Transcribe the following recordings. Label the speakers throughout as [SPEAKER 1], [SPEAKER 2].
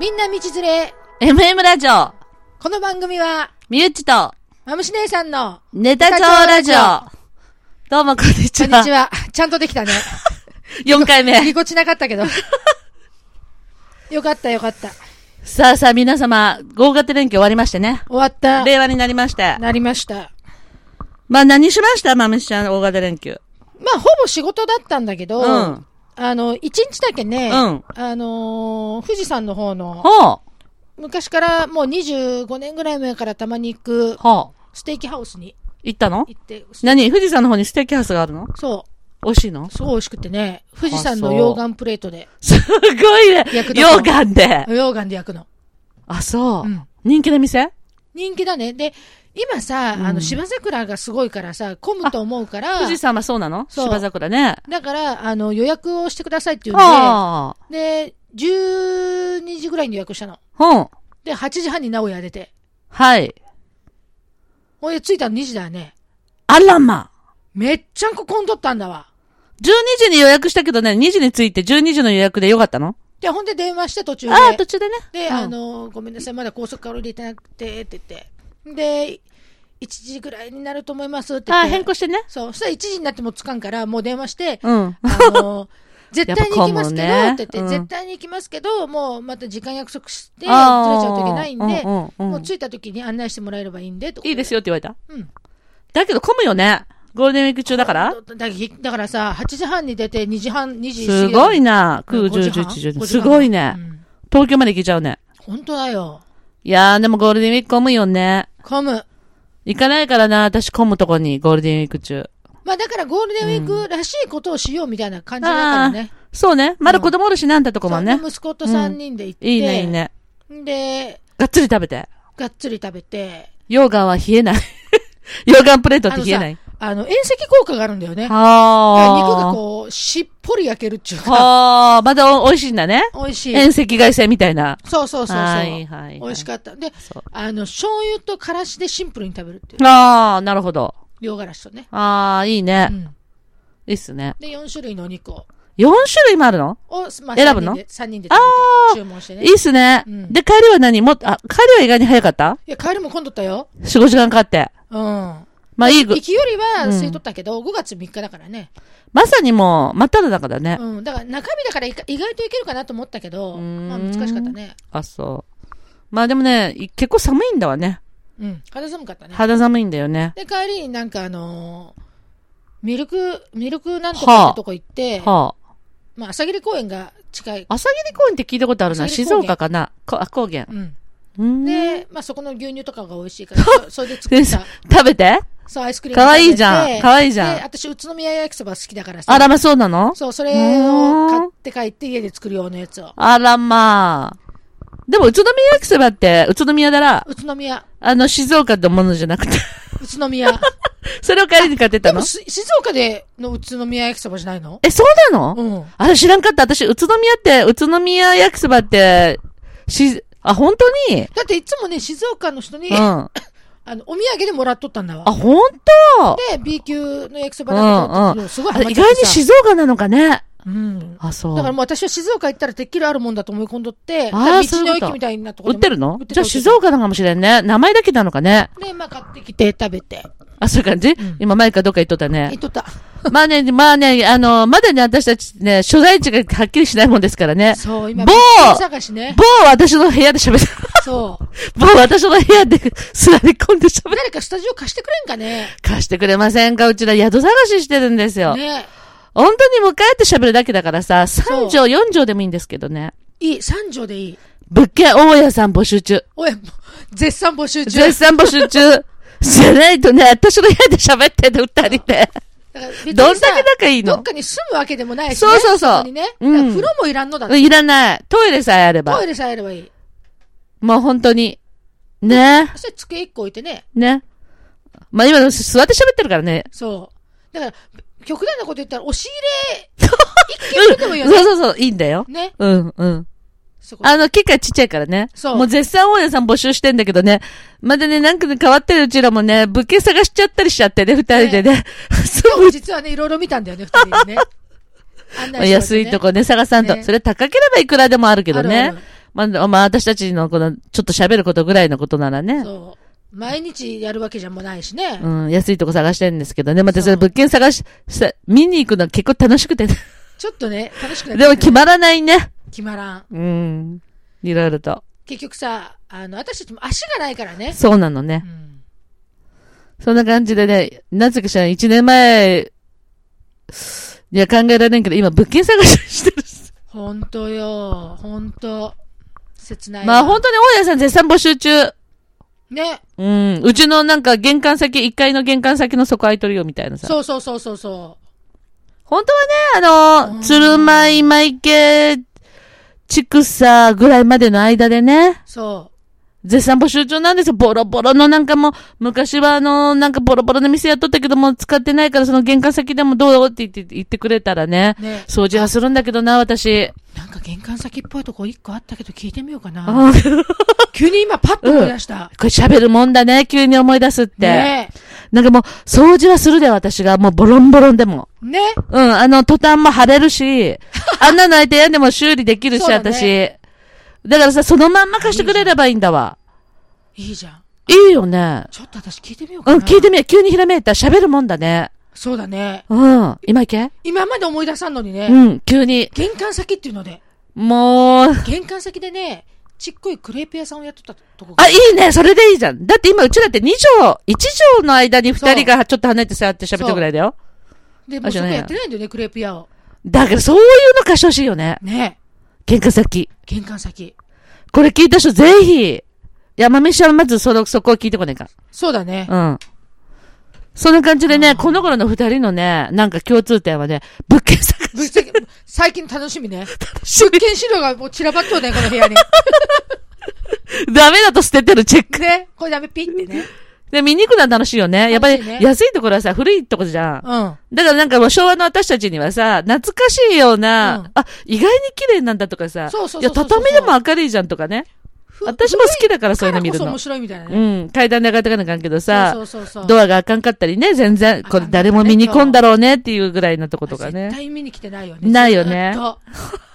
[SPEAKER 1] みんな道連れ。
[SPEAKER 2] MM ラジオ、
[SPEAKER 1] この番組は、
[SPEAKER 2] みゆっちと、
[SPEAKER 1] まむし姉さん の、
[SPEAKER 2] ネタ帳ラジオ。どうも、こんにち
[SPEAKER 1] こん
[SPEAKER 2] は。
[SPEAKER 1] にちは。ちゃんとできたね。
[SPEAKER 2] 4回目。
[SPEAKER 1] ぎこちなかったけど。 よかったよかった。
[SPEAKER 2] さあさあ、皆様、合格連休終わりましてね。
[SPEAKER 1] 終わった。
[SPEAKER 2] 令和になりまして。
[SPEAKER 1] なりました。
[SPEAKER 2] まあ、何しましたまむしちゃん、大型連休。
[SPEAKER 1] まあ、ほぼ仕事だったんだけど、
[SPEAKER 2] うん
[SPEAKER 1] あの、一日だけね、
[SPEAKER 2] うん
[SPEAKER 1] あのー富士山の方の、
[SPEAKER 2] ほう。
[SPEAKER 1] 昔からもう25年ぐらい前からたまに行く、
[SPEAKER 2] ほう。
[SPEAKER 1] ステーキハウスに
[SPEAKER 2] 行ったの
[SPEAKER 1] 行って、
[SPEAKER 2] 何富士山の方にステーキハウスがあるの
[SPEAKER 1] そう。
[SPEAKER 2] 美味しいの
[SPEAKER 1] すごい美味しくてね、富士山の溶岩プレートで、
[SPEAKER 2] すごいね。
[SPEAKER 1] 焼くとこ
[SPEAKER 2] 溶岩で。
[SPEAKER 1] 溶岩で焼くの。
[SPEAKER 2] あ、そ
[SPEAKER 1] う
[SPEAKER 2] う
[SPEAKER 1] ん。
[SPEAKER 2] 人気の店
[SPEAKER 1] 人気だね。で、今さ、あの、芝桜がすごいからさ、混むと思うから、
[SPEAKER 2] 富士山はそうなの
[SPEAKER 1] そう
[SPEAKER 2] 芝桜ね。
[SPEAKER 1] だから、あの、予約をしてくださいって言うん
[SPEAKER 2] ああ。
[SPEAKER 1] で、で、12時ぐらいに予約したの。
[SPEAKER 2] ほう。
[SPEAKER 1] で、8時半に名古屋出て。
[SPEAKER 2] はい。
[SPEAKER 1] ほいで、着いたの2時だよね。
[SPEAKER 2] あらま。
[SPEAKER 1] めっちゃんこ混んどったんだわ。
[SPEAKER 2] 12時に予約したけどね、2時に着いて12時の予約でよかったの
[SPEAKER 1] で、ほんで電話して途中で。
[SPEAKER 2] ああ、途中でね。
[SPEAKER 1] で、
[SPEAKER 2] うん
[SPEAKER 1] あ、の、ごめんなさい、まだ高速から降りれてなくて、って言って。で、1時ぐらいになると思いますって言
[SPEAKER 2] あ
[SPEAKER 1] っ
[SPEAKER 2] あ、
[SPEAKER 1] て。
[SPEAKER 2] 変更してね。
[SPEAKER 1] そう。そしたら1時になってもつかんから、もう電話して、
[SPEAKER 2] うん。
[SPEAKER 1] あ の、絶対に行きますけど、
[SPEAKER 2] やっぱ混むね
[SPEAKER 1] って言って、
[SPEAKER 2] うん
[SPEAKER 1] 絶対に行きますけど、もうまた時間約束して、ずれち
[SPEAKER 2] あー
[SPEAKER 1] ゃうといけないんで、
[SPEAKER 2] うんうんうん
[SPEAKER 1] もう着いた時に案内してもらえればいいんで、と
[SPEAKER 2] いいですよって言われた。
[SPEAKER 1] うん。
[SPEAKER 2] だけど混むよね。ゴールデンウィーク中だから。
[SPEAKER 1] だだからさ、8時半に出て2時半、2時過ぎ
[SPEAKER 2] す
[SPEAKER 1] だから
[SPEAKER 2] ごいな。9、
[SPEAKER 1] 5時
[SPEAKER 2] 10、
[SPEAKER 1] 半5
[SPEAKER 2] 11、12。
[SPEAKER 1] 時
[SPEAKER 2] す
[SPEAKER 1] 半
[SPEAKER 2] ごいね
[SPEAKER 1] う。ん
[SPEAKER 2] 東京まで行けちゃうね。
[SPEAKER 1] 本当だよ。
[SPEAKER 2] いやー、でもゴールデンウィーク混むよね。
[SPEAKER 1] 混む。
[SPEAKER 2] 行かないからな、私混むとこに、ゴールデンウィーク中。
[SPEAKER 1] まあだからゴールデンウィークらしいことをしようみたいな感じだからね。
[SPEAKER 2] そうね。まだ子供おるし、なんだとこ
[SPEAKER 1] そ
[SPEAKER 2] も
[SPEAKER 1] う
[SPEAKER 2] ね
[SPEAKER 1] ね。。息子と3人で行って。
[SPEAKER 2] いいね、いいね。
[SPEAKER 1] で、
[SPEAKER 2] がっつり食べて。
[SPEAKER 1] がっつり食べて。
[SPEAKER 2] 溶岩は冷えない。 溶岩プレートっ
[SPEAKER 1] あ
[SPEAKER 2] て
[SPEAKER 1] の
[SPEAKER 2] 冷え
[SPEAKER 1] さ
[SPEAKER 2] ない。、
[SPEAKER 1] あの、遠赤効果があるんだよね。
[SPEAKER 2] はあ。
[SPEAKER 1] 肉がこう、しっぽり焼けるっていうか、
[SPEAKER 2] はあ、まだお美味しいんだね。
[SPEAKER 1] 美味しい。
[SPEAKER 2] 遠赤外線みたいな。
[SPEAKER 1] そうそうそうそう。
[SPEAKER 2] はいはいはい
[SPEAKER 1] 美味しかった。で
[SPEAKER 2] そう、
[SPEAKER 1] あの、醤油とからしでシンプルに食べるっていう。
[SPEAKER 2] ああ、なるほど。
[SPEAKER 1] 両辛子とね。
[SPEAKER 2] ああ、いいうね。
[SPEAKER 1] ん。
[SPEAKER 2] いいっすね。
[SPEAKER 1] で、4種類のお肉を、
[SPEAKER 2] 4種類もあるの
[SPEAKER 1] をまあ、
[SPEAKER 2] 選ぶの
[SPEAKER 1] ?3 人で食べて
[SPEAKER 2] あー
[SPEAKER 1] 注文してね。
[SPEAKER 2] いいっすね。
[SPEAKER 1] うん
[SPEAKER 2] で、帰りは何もっと、あ、帰りは意外に早かった
[SPEAKER 1] いや、帰りも混んどったよ。
[SPEAKER 2] ?4、5時間かかって。
[SPEAKER 1] うん。
[SPEAKER 2] まあいいぐ
[SPEAKER 1] 行、きよりは
[SPEAKER 2] うん
[SPEAKER 1] 吸い取ったけど、5月3日だからね。
[SPEAKER 2] まさにもう、真っ只中だね。
[SPEAKER 1] うん。だから中身だからいか意外といけるかなと思ったけど、
[SPEAKER 2] うーん
[SPEAKER 1] まあ難しかったね。
[SPEAKER 2] あ、そう。まあでもね、い結構寒いんだわね。
[SPEAKER 1] うん。肌寒かったね。
[SPEAKER 2] 肌寒いんだよね。
[SPEAKER 1] で、帰りになんかあのーミルク、ミルクなんとかってとこ行って、
[SPEAKER 2] はあ。
[SPEAKER 1] まあ、朝霧公園が近い。
[SPEAKER 2] 朝霧公園って聞いたことあるな。
[SPEAKER 1] 朝霧高原
[SPEAKER 2] 静岡かな。こあ、高原
[SPEAKER 1] う。ん。
[SPEAKER 2] うーん。
[SPEAKER 1] で、まあ、そこの牛乳とかが美味しいから、そそれで作った、
[SPEAKER 2] 食べて
[SPEAKER 1] そう、アイスクリーム食べて。
[SPEAKER 2] 可愛いじゃん可愛いじゃん
[SPEAKER 1] で、私、宇都宮焼きそば好きだからさ。
[SPEAKER 2] あらま、そうなの
[SPEAKER 1] そう、それを買って帰って家で作るようなやつを。
[SPEAKER 2] あらまあ。でも、宇都宮焼きそばって、宇都宮だら、
[SPEAKER 1] 宇都宮、
[SPEAKER 2] あの、静岡のものじゃなくて、
[SPEAKER 1] 宇都宮。
[SPEAKER 2] それを帰りに買ってた
[SPEAKER 1] でも、
[SPEAKER 2] の
[SPEAKER 1] す静岡での宇都宮焼きそばじゃないの
[SPEAKER 2] え、そうなの、
[SPEAKER 1] うん。
[SPEAKER 2] あれ知らんかった。私、宇都宮って、宇都宮焼きそばって、し、あ、本当に
[SPEAKER 1] だっていつもね、静岡の人に、
[SPEAKER 2] うん。
[SPEAKER 1] あ
[SPEAKER 2] あ、
[SPEAKER 1] の、お土産でもらっとったんだわ。
[SPEAKER 2] 本当
[SPEAKER 1] で、B 級の焼きそばなんだけど、すごい
[SPEAKER 2] あ
[SPEAKER 1] ハマ
[SPEAKER 2] れ
[SPEAKER 1] っ
[SPEAKER 2] 意
[SPEAKER 1] ちゃ
[SPEAKER 2] 外
[SPEAKER 1] っ
[SPEAKER 2] に
[SPEAKER 1] てさ
[SPEAKER 2] 静岡なのかね
[SPEAKER 1] うん。
[SPEAKER 2] あ、そ
[SPEAKER 1] だから
[SPEAKER 2] う。
[SPEAKER 1] もう私は静岡行ったらてっきりあるもんだと思い込んどって、
[SPEAKER 2] あ
[SPEAKER 1] だ
[SPEAKER 2] ー
[SPEAKER 1] から
[SPEAKER 2] そう
[SPEAKER 1] 道
[SPEAKER 2] い
[SPEAKER 1] の
[SPEAKER 2] うこと
[SPEAKER 1] 駅みたいなとこ
[SPEAKER 2] 売
[SPEAKER 1] ろ
[SPEAKER 2] ってるの
[SPEAKER 1] 売ってた
[SPEAKER 2] じゃあ静岡なのかもしれんね。名前だけなのかね
[SPEAKER 1] で、まあ買ってきて食べて。
[SPEAKER 2] あ、そういう感じ、
[SPEAKER 1] ん
[SPEAKER 2] 今、前かどっか言っとったね
[SPEAKER 1] 行っ。とった。
[SPEAKER 2] まあね、まあね、あの、まだね、私たちね、所在地がはっきりしないもんですからね。
[SPEAKER 1] そう、今、
[SPEAKER 2] 某
[SPEAKER 1] 物件探しね。
[SPEAKER 2] 某私の部屋で 喋って、
[SPEAKER 1] そう。
[SPEAKER 2] 某私の部屋で座り込んで喋る。
[SPEAKER 1] 誰かスタジオ貸してくれんかね。
[SPEAKER 2] 貸してくれませんかうちら宿探ししてるんですよ。
[SPEAKER 1] ね。
[SPEAKER 2] 本当にもう帰って喋るだけだからさ、
[SPEAKER 1] そう
[SPEAKER 2] 3畳、4畳でもいいんですけどね。
[SPEAKER 1] いい、三条でいい。
[SPEAKER 2] 物件大家さん募集中。
[SPEAKER 1] おい、もう絶賛募集中。
[SPEAKER 2] 絶賛募集 中。じゃないとね、私の部屋で喋ってる二人で。
[SPEAKER 1] だから別にさ
[SPEAKER 2] どんだけ仲いい
[SPEAKER 1] どっ
[SPEAKER 2] の
[SPEAKER 1] かに住むわけでもないし、ね。
[SPEAKER 2] そうそうそう
[SPEAKER 1] そこにね。だ
[SPEAKER 2] うん
[SPEAKER 1] から風呂もいらんのだって。
[SPEAKER 2] いらない。トイレさえあれ
[SPEAKER 1] ト
[SPEAKER 2] ば
[SPEAKER 1] イ。レさえあればいい。
[SPEAKER 2] もう本当に。ね
[SPEAKER 1] そして机一個置いてね。
[SPEAKER 2] ね。まあ今の座って喋ってるからね。
[SPEAKER 1] そう。だから、極端なこと言ったら、押し入れ、一軒
[SPEAKER 2] うん
[SPEAKER 1] 分でもいいよ
[SPEAKER 2] そ
[SPEAKER 1] ね
[SPEAKER 2] う。そうそう、いいんだよ。
[SPEAKER 1] ね。
[SPEAKER 2] うん、うん。
[SPEAKER 1] そこ。
[SPEAKER 2] あの、機械ちっちゃいからね。
[SPEAKER 1] そう
[SPEAKER 2] もう絶賛大家さん募集してんだけどね。まだね、なんかね、変わってるうちらもね、物件探しちゃったりしちゃってね、二人でね。 そう
[SPEAKER 1] 今日実はね、いろいろ見たんだよね、二人 でね。案内してもらってね
[SPEAKER 2] 安いとこね、探さんと。
[SPEAKER 1] ね
[SPEAKER 2] それ高ければいくらでもあるけど
[SPEAKER 1] あるあ
[SPEAKER 2] ね
[SPEAKER 1] る。
[SPEAKER 2] まあ、まあ、私たちのこの、ちょっと喋ることぐらいのことならね。
[SPEAKER 1] そう。毎日やるわけじゃもうないしね。
[SPEAKER 2] うん、安いとこ探してるんですけどね。またそれ
[SPEAKER 1] そう
[SPEAKER 2] 物件探し、さ見に行くの結構楽しくて、ね、
[SPEAKER 1] ちょっとね、楽しくなってきた
[SPEAKER 2] でも決まらないね。
[SPEAKER 1] 決まらん。
[SPEAKER 2] うん。いろいろと。
[SPEAKER 1] 結局さ、あの、私たちも足がないからね。
[SPEAKER 2] そうなのね
[SPEAKER 1] う。ん。
[SPEAKER 2] そんな感じでね、なぜかしらん一年前、いや考えられんけど、今物件探ししてる。
[SPEAKER 1] ほんとよ。ほんと。切ない。
[SPEAKER 2] まあ本当に大家さん絶賛募集中。
[SPEAKER 1] ね。
[SPEAKER 2] うん。うちのなんか玄関先、1階の玄関先の底空いとるよみたいなさ。
[SPEAKER 1] そうそうそうそうそ
[SPEAKER 2] 本当はね、あ
[SPEAKER 1] うん
[SPEAKER 2] の、鶴舞、舞池、畜さぐらいまでの間でね、
[SPEAKER 1] う。そう。
[SPEAKER 2] 絶賛募集中なんですよ。ボロボロのなんかもう、昔はあの、なんかボロボロの店やっとったけども、使ってないからその玄関先でもどうって言って、言ってくれたらね。
[SPEAKER 1] ね
[SPEAKER 2] 掃除はするんだけどな、私。
[SPEAKER 1] なんか玄関先っぽいとこ一個あったけど聞いてみようかな。
[SPEAKER 2] あー
[SPEAKER 1] 急に今パッと思い出した。
[SPEAKER 2] これ喋るもんだね、急に思い出すって。
[SPEAKER 1] ね
[SPEAKER 2] なんかもう、掃除はするで、私が。もうボロンボロンでも。
[SPEAKER 1] ね。
[SPEAKER 2] うん、あの、途端も腫れ るし、あんなの相手やんでも修理できるし、
[SPEAKER 1] そうだ
[SPEAKER 2] 私。
[SPEAKER 1] ね
[SPEAKER 2] だからさ、そのまんま貸してくれればいいんだわ。
[SPEAKER 1] いいじゃん。
[SPEAKER 2] いいよね。
[SPEAKER 1] ちょっと私聞いてみよう
[SPEAKER 2] う
[SPEAKER 1] か
[SPEAKER 2] ん、
[SPEAKER 1] な。
[SPEAKER 2] 聞いてみよう。急にひらめいた。喋るもんだね。
[SPEAKER 1] そうだね。
[SPEAKER 2] うん。今行け
[SPEAKER 1] 今まで思い出さんのにね。
[SPEAKER 2] うん、急に。
[SPEAKER 1] 玄関先っていうので、
[SPEAKER 2] もう、
[SPEAKER 1] 玄関先でね、ちっこいクレープ屋さんをやっとったとこが
[SPEAKER 2] あ、いいね。それでいいじゃん。だって今、うちだって2畳、1畳の間に2人がちょっと離れてさって喋ったぐらいだよ。
[SPEAKER 1] で、もう
[SPEAKER 2] あじ
[SPEAKER 1] そ
[SPEAKER 2] ゃ
[SPEAKER 1] こ
[SPEAKER 2] ない
[SPEAKER 1] やってないんだよね、クレープ屋を。
[SPEAKER 2] だからそういうの貸してほしいよね。
[SPEAKER 1] ね
[SPEAKER 2] 喧嘩先。
[SPEAKER 1] 玄関先。
[SPEAKER 2] これ聞いた人ぜひ、山飯はまずその、そこを聞いてこないか
[SPEAKER 1] そうだね。
[SPEAKER 2] ら。うん。そんな感じでね、この頃の二人のね、なんか共通点はね、物件探し
[SPEAKER 1] ぶっちゃけ最近楽しみ ね。
[SPEAKER 2] し
[SPEAKER 1] 物件資料がもう散らばっとうね、この部 屋に。
[SPEAKER 2] ダメだと捨ててるチェック。
[SPEAKER 1] ね。これダメピってね。
[SPEAKER 2] で、見に行くのは楽しいよね。やっぱ
[SPEAKER 1] 楽
[SPEAKER 2] り
[SPEAKER 1] しいね、
[SPEAKER 2] 安いところはさ、古いとこじゃん。
[SPEAKER 1] うん。
[SPEAKER 2] だからなんかもう昭和の私たちにはさ、懐かしいような、
[SPEAKER 1] うん
[SPEAKER 2] あ、意外に綺麗なんだとかさ、
[SPEAKER 1] そうそうそう
[SPEAKER 2] や、
[SPEAKER 1] そう
[SPEAKER 2] 畳でも明るいじゃんとかね。
[SPEAKER 1] ふ
[SPEAKER 2] 私も好きだからそういうの見る
[SPEAKER 1] 古いからこそ
[SPEAKER 2] の
[SPEAKER 1] 面。白いみたいな
[SPEAKER 2] う
[SPEAKER 1] ね。
[SPEAKER 2] ん。階段で上がってかなあかんけどさ、
[SPEAKER 1] そうそうそうそう。
[SPEAKER 2] ドアがあかんかったりね、全然、これ誰も見に来んだろうねっていうぐらいのとことか
[SPEAKER 1] 絶
[SPEAKER 2] ね。
[SPEAKER 1] 対見に来てないよね。
[SPEAKER 2] ないよね
[SPEAKER 1] ずっと。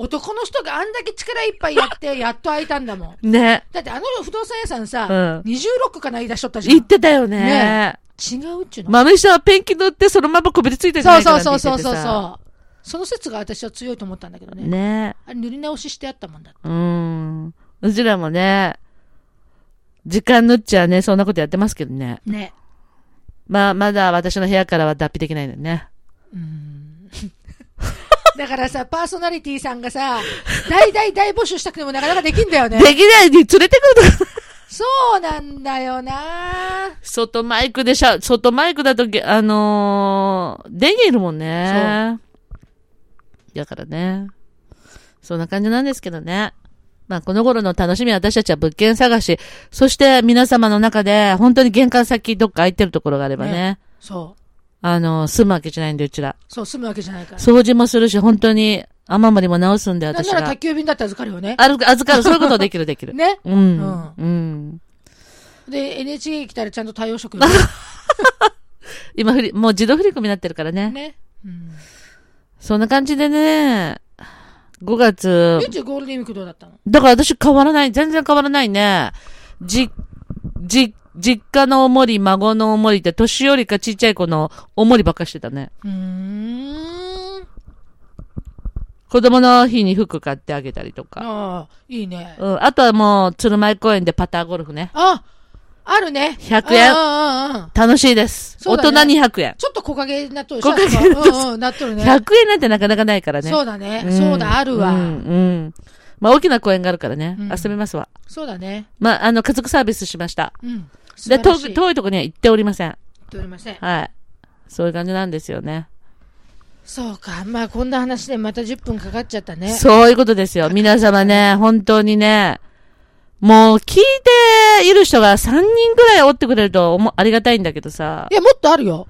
[SPEAKER 1] 男の人があんだけ力いっぱいやって、やっと開いたんだもん。
[SPEAKER 2] ね。
[SPEAKER 1] だってあの不動産屋さんさ、
[SPEAKER 2] うん
[SPEAKER 1] 26区かな言い出しとったじゃん。
[SPEAKER 2] 言ってたよね
[SPEAKER 1] ね。違うっちゅうの。
[SPEAKER 2] マムシさんはペンキ塗ってそのままこびりついてるんじゃ
[SPEAKER 1] そ
[SPEAKER 2] な
[SPEAKER 1] う
[SPEAKER 2] いか
[SPEAKER 1] そ
[SPEAKER 2] な
[SPEAKER 1] う
[SPEAKER 2] って言
[SPEAKER 1] そうそう
[SPEAKER 2] ってて
[SPEAKER 1] そう
[SPEAKER 2] さ。
[SPEAKER 1] そう。その説が私は強いと思ったんだけどね。
[SPEAKER 2] ね。
[SPEAKER 1] あれ塗り直ししてあったもんだ。
[SPEAKER 2] うん。うちらもね、時間塗っちゃね、そんなことやってますけどね。
[SPEAKER 1] ね。
[SPEAKER 2] まあ、まだ私の部屋からは脱皮できないのよね。
[SPEAKER 1] うーん。だからさ、パーソナリティさんがさ、 大大大募集したくてもなかなかできんだよね
[SPEAKER 2] で。きないに連れてくると
[SPEAKER 1] そうなんだよな
[SPEAKER 2] 外マイクでしゃ、外マイクだとげ、あのー、電源いるもんね。だからね。そんな感じなんですけどね。まあ、この頃の楽しみは私たちは物件探し、そして皆様の中で、本当に玄関先どっか空いてるところがあればね、
[SPEAKER 1] ねそう。
[SPEAKER 2] あのー、住むわけじゃないんで、うちら。
[SPEAKER 1] そう、住むわけじゃないから。
[SPEAKER 2] 掃除もするし、本当に雨漏りも直すんで、
[SPEAKER 1] なん
[SPEAKER 2] 私
[SPEAKER 1] なら
[SPEAKER 2] が。
[SPEAKER 1] 宅急便だって預かるよね。
[SPEAKER 2] ある預かる、そういうことできる、で きる。
[SPEAKER 1] ね。
[SPEAKER 2] うん。うん。
[SPEAKER 1] で、NHK 来たらちゃんと対応職
[SPEAKER 2] 今振り、もう自動振り込みになってるからね。
[SPEAKER 1] ね。うん。
[SPEAKER 2] そんな感じでね、5月
[SPEAKER 1] ゆう、ちゴールデンウィークどうだったの
[SPEAKER 2] だから私変わらない、全然変わらないね。じ、じ、実家のおもり、孫のおもりって、年寄りかちっちゃい子のおもりばっかしてたね。
[SPEAKER 1] うーん。
[SPEAKER 2] 子供の日に服買ってあげたりとか。
[SPEAKER 1] ああ、いいね。
[SPEAKER 2] うん。あとはもう、鶴舞公園でパターゴルフね。
[SPEAKER 1] あ、あるね。
[SPEAKER 2] 100円
[SPEAKER 1] うんうんうんうん
[SPEAKER 2] 楽しいです。
[SPEAKER 1] そうだね
[SPEAKER 2] 大人200円。
[SPEAKER 1] ちょっと木陰になっとる
[SPEAKER 2] 木陰
[SPEAKER 1] になっとる。うんうん、なっとるね。
[SPEAKER 2] 100円なんてなかなかないからね。
[SPEAKER 1] そうだね。
[SPEAKER 2] ん
[SPEAKER 1] そうだ、あるわ。
[SPEAKER 2] うん、うん。まあ、大きな公園があるからね。
[SPEAKER 1] うん
[SPEAKER 2] 遊べますわ。
[SPEAKER 1] そうだね。
[SPEAKER 2] まあ、あの、家族サービスしました。
[SPEAKER 1] うん。素
[SPEAKER 2] で、
[SPEAKER 1] 晴ら
[SPEAKER 2] 遠
[SPEAKER 1] しい。
[SPEAKER 2] く、
[SPEAKER 1] 言っ
[SPEAKER 2] 遠いとこには行っておりません。
[SPEAKER 1] ておりません。
[SPEAKER 2] はい。そういう感じなんですよね。
[SPEAKER 1] そうか。まあ、こんな話でまた10分かかっちゃったね。
[SPEAKER 2] そういうことですよ。皆様ね、本当にね、もう聞いている人が3人ぐらいおってくれると思うありがたいんだけどさ
[SPEAKER 1] い、や、もっとあるよ。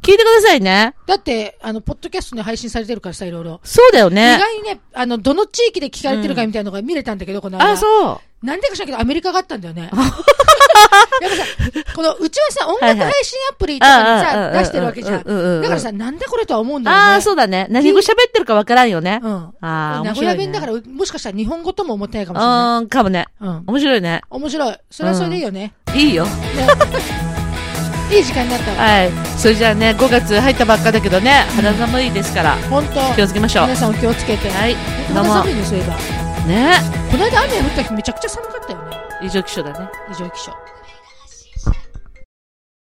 [SPEAKER 2] 聞いてくださいね。
[SPEAKER 1] だって、あの、ポッドキャストに配信されてるからさ、いろいろ。
[SPEAKER 2] そうだよ
[SPEAKER 1] 意
[SPEAKER 2] ね。
[SPEAKER 1] 外にね、あの、どの地域で聞かれてるかみたいなのが見れたんだけど、この間。
[SPEAKER 2] あ、そう。
[SPEAKER 1] なんでかしらんけど、アメリカがあったんだよね。やっぱさ、この、うちはさ、音楽配信アプリとかにさ、出してるわけじゃん。だからさ、なんだこれとは思うんだよね。
[SPEAKER 2] ああ、そうだね。何語喋ってるかわからんよね。
[SPEAKER 1] うん。
[SPEAKER 2] ああ、
[SPEAKER 1] 名古
[SPEAKER 2] 面白
[SPEAKER 1] 屋
[SPEAKER 2] い、ね。
[SPEAKER 1] 弁だから、もしかしたら日本語とも思ってないかもしれな
[SPEAKER 2] ら。うん、かもね。
[SPEAKER 1] い。うん。
[SPEAKER 2] 面白いね。
[SPEAKER 1] 面白い。それはそれでいいよね。
[SPEAKER 2] いいよ。
[SPEAKER 1] ねいい時間になったわ。
[SPEAKER 2] はい。それじゃあね、5月入ったばっかだけどね、肌寒いですから、
[SPEAKER 1] 本当。
[SPEAKER 2] 気をつけましょう。
[SPEAKER 1] 皆さんお気をつけて。
[SPEAKER 2] はい。どう
[SPEAKER 1] まだ
[SPEAKER 2] も
[SPEAKER 1] 寒。いね、そういえば。
[SPEAKER 2] ね
[SPEAKER 1] この間雨降った日めちゃくちゃ寒かったよね。
[SPEAKER 2] 異常気象だね。
[SPEAKER 1] 異常気象。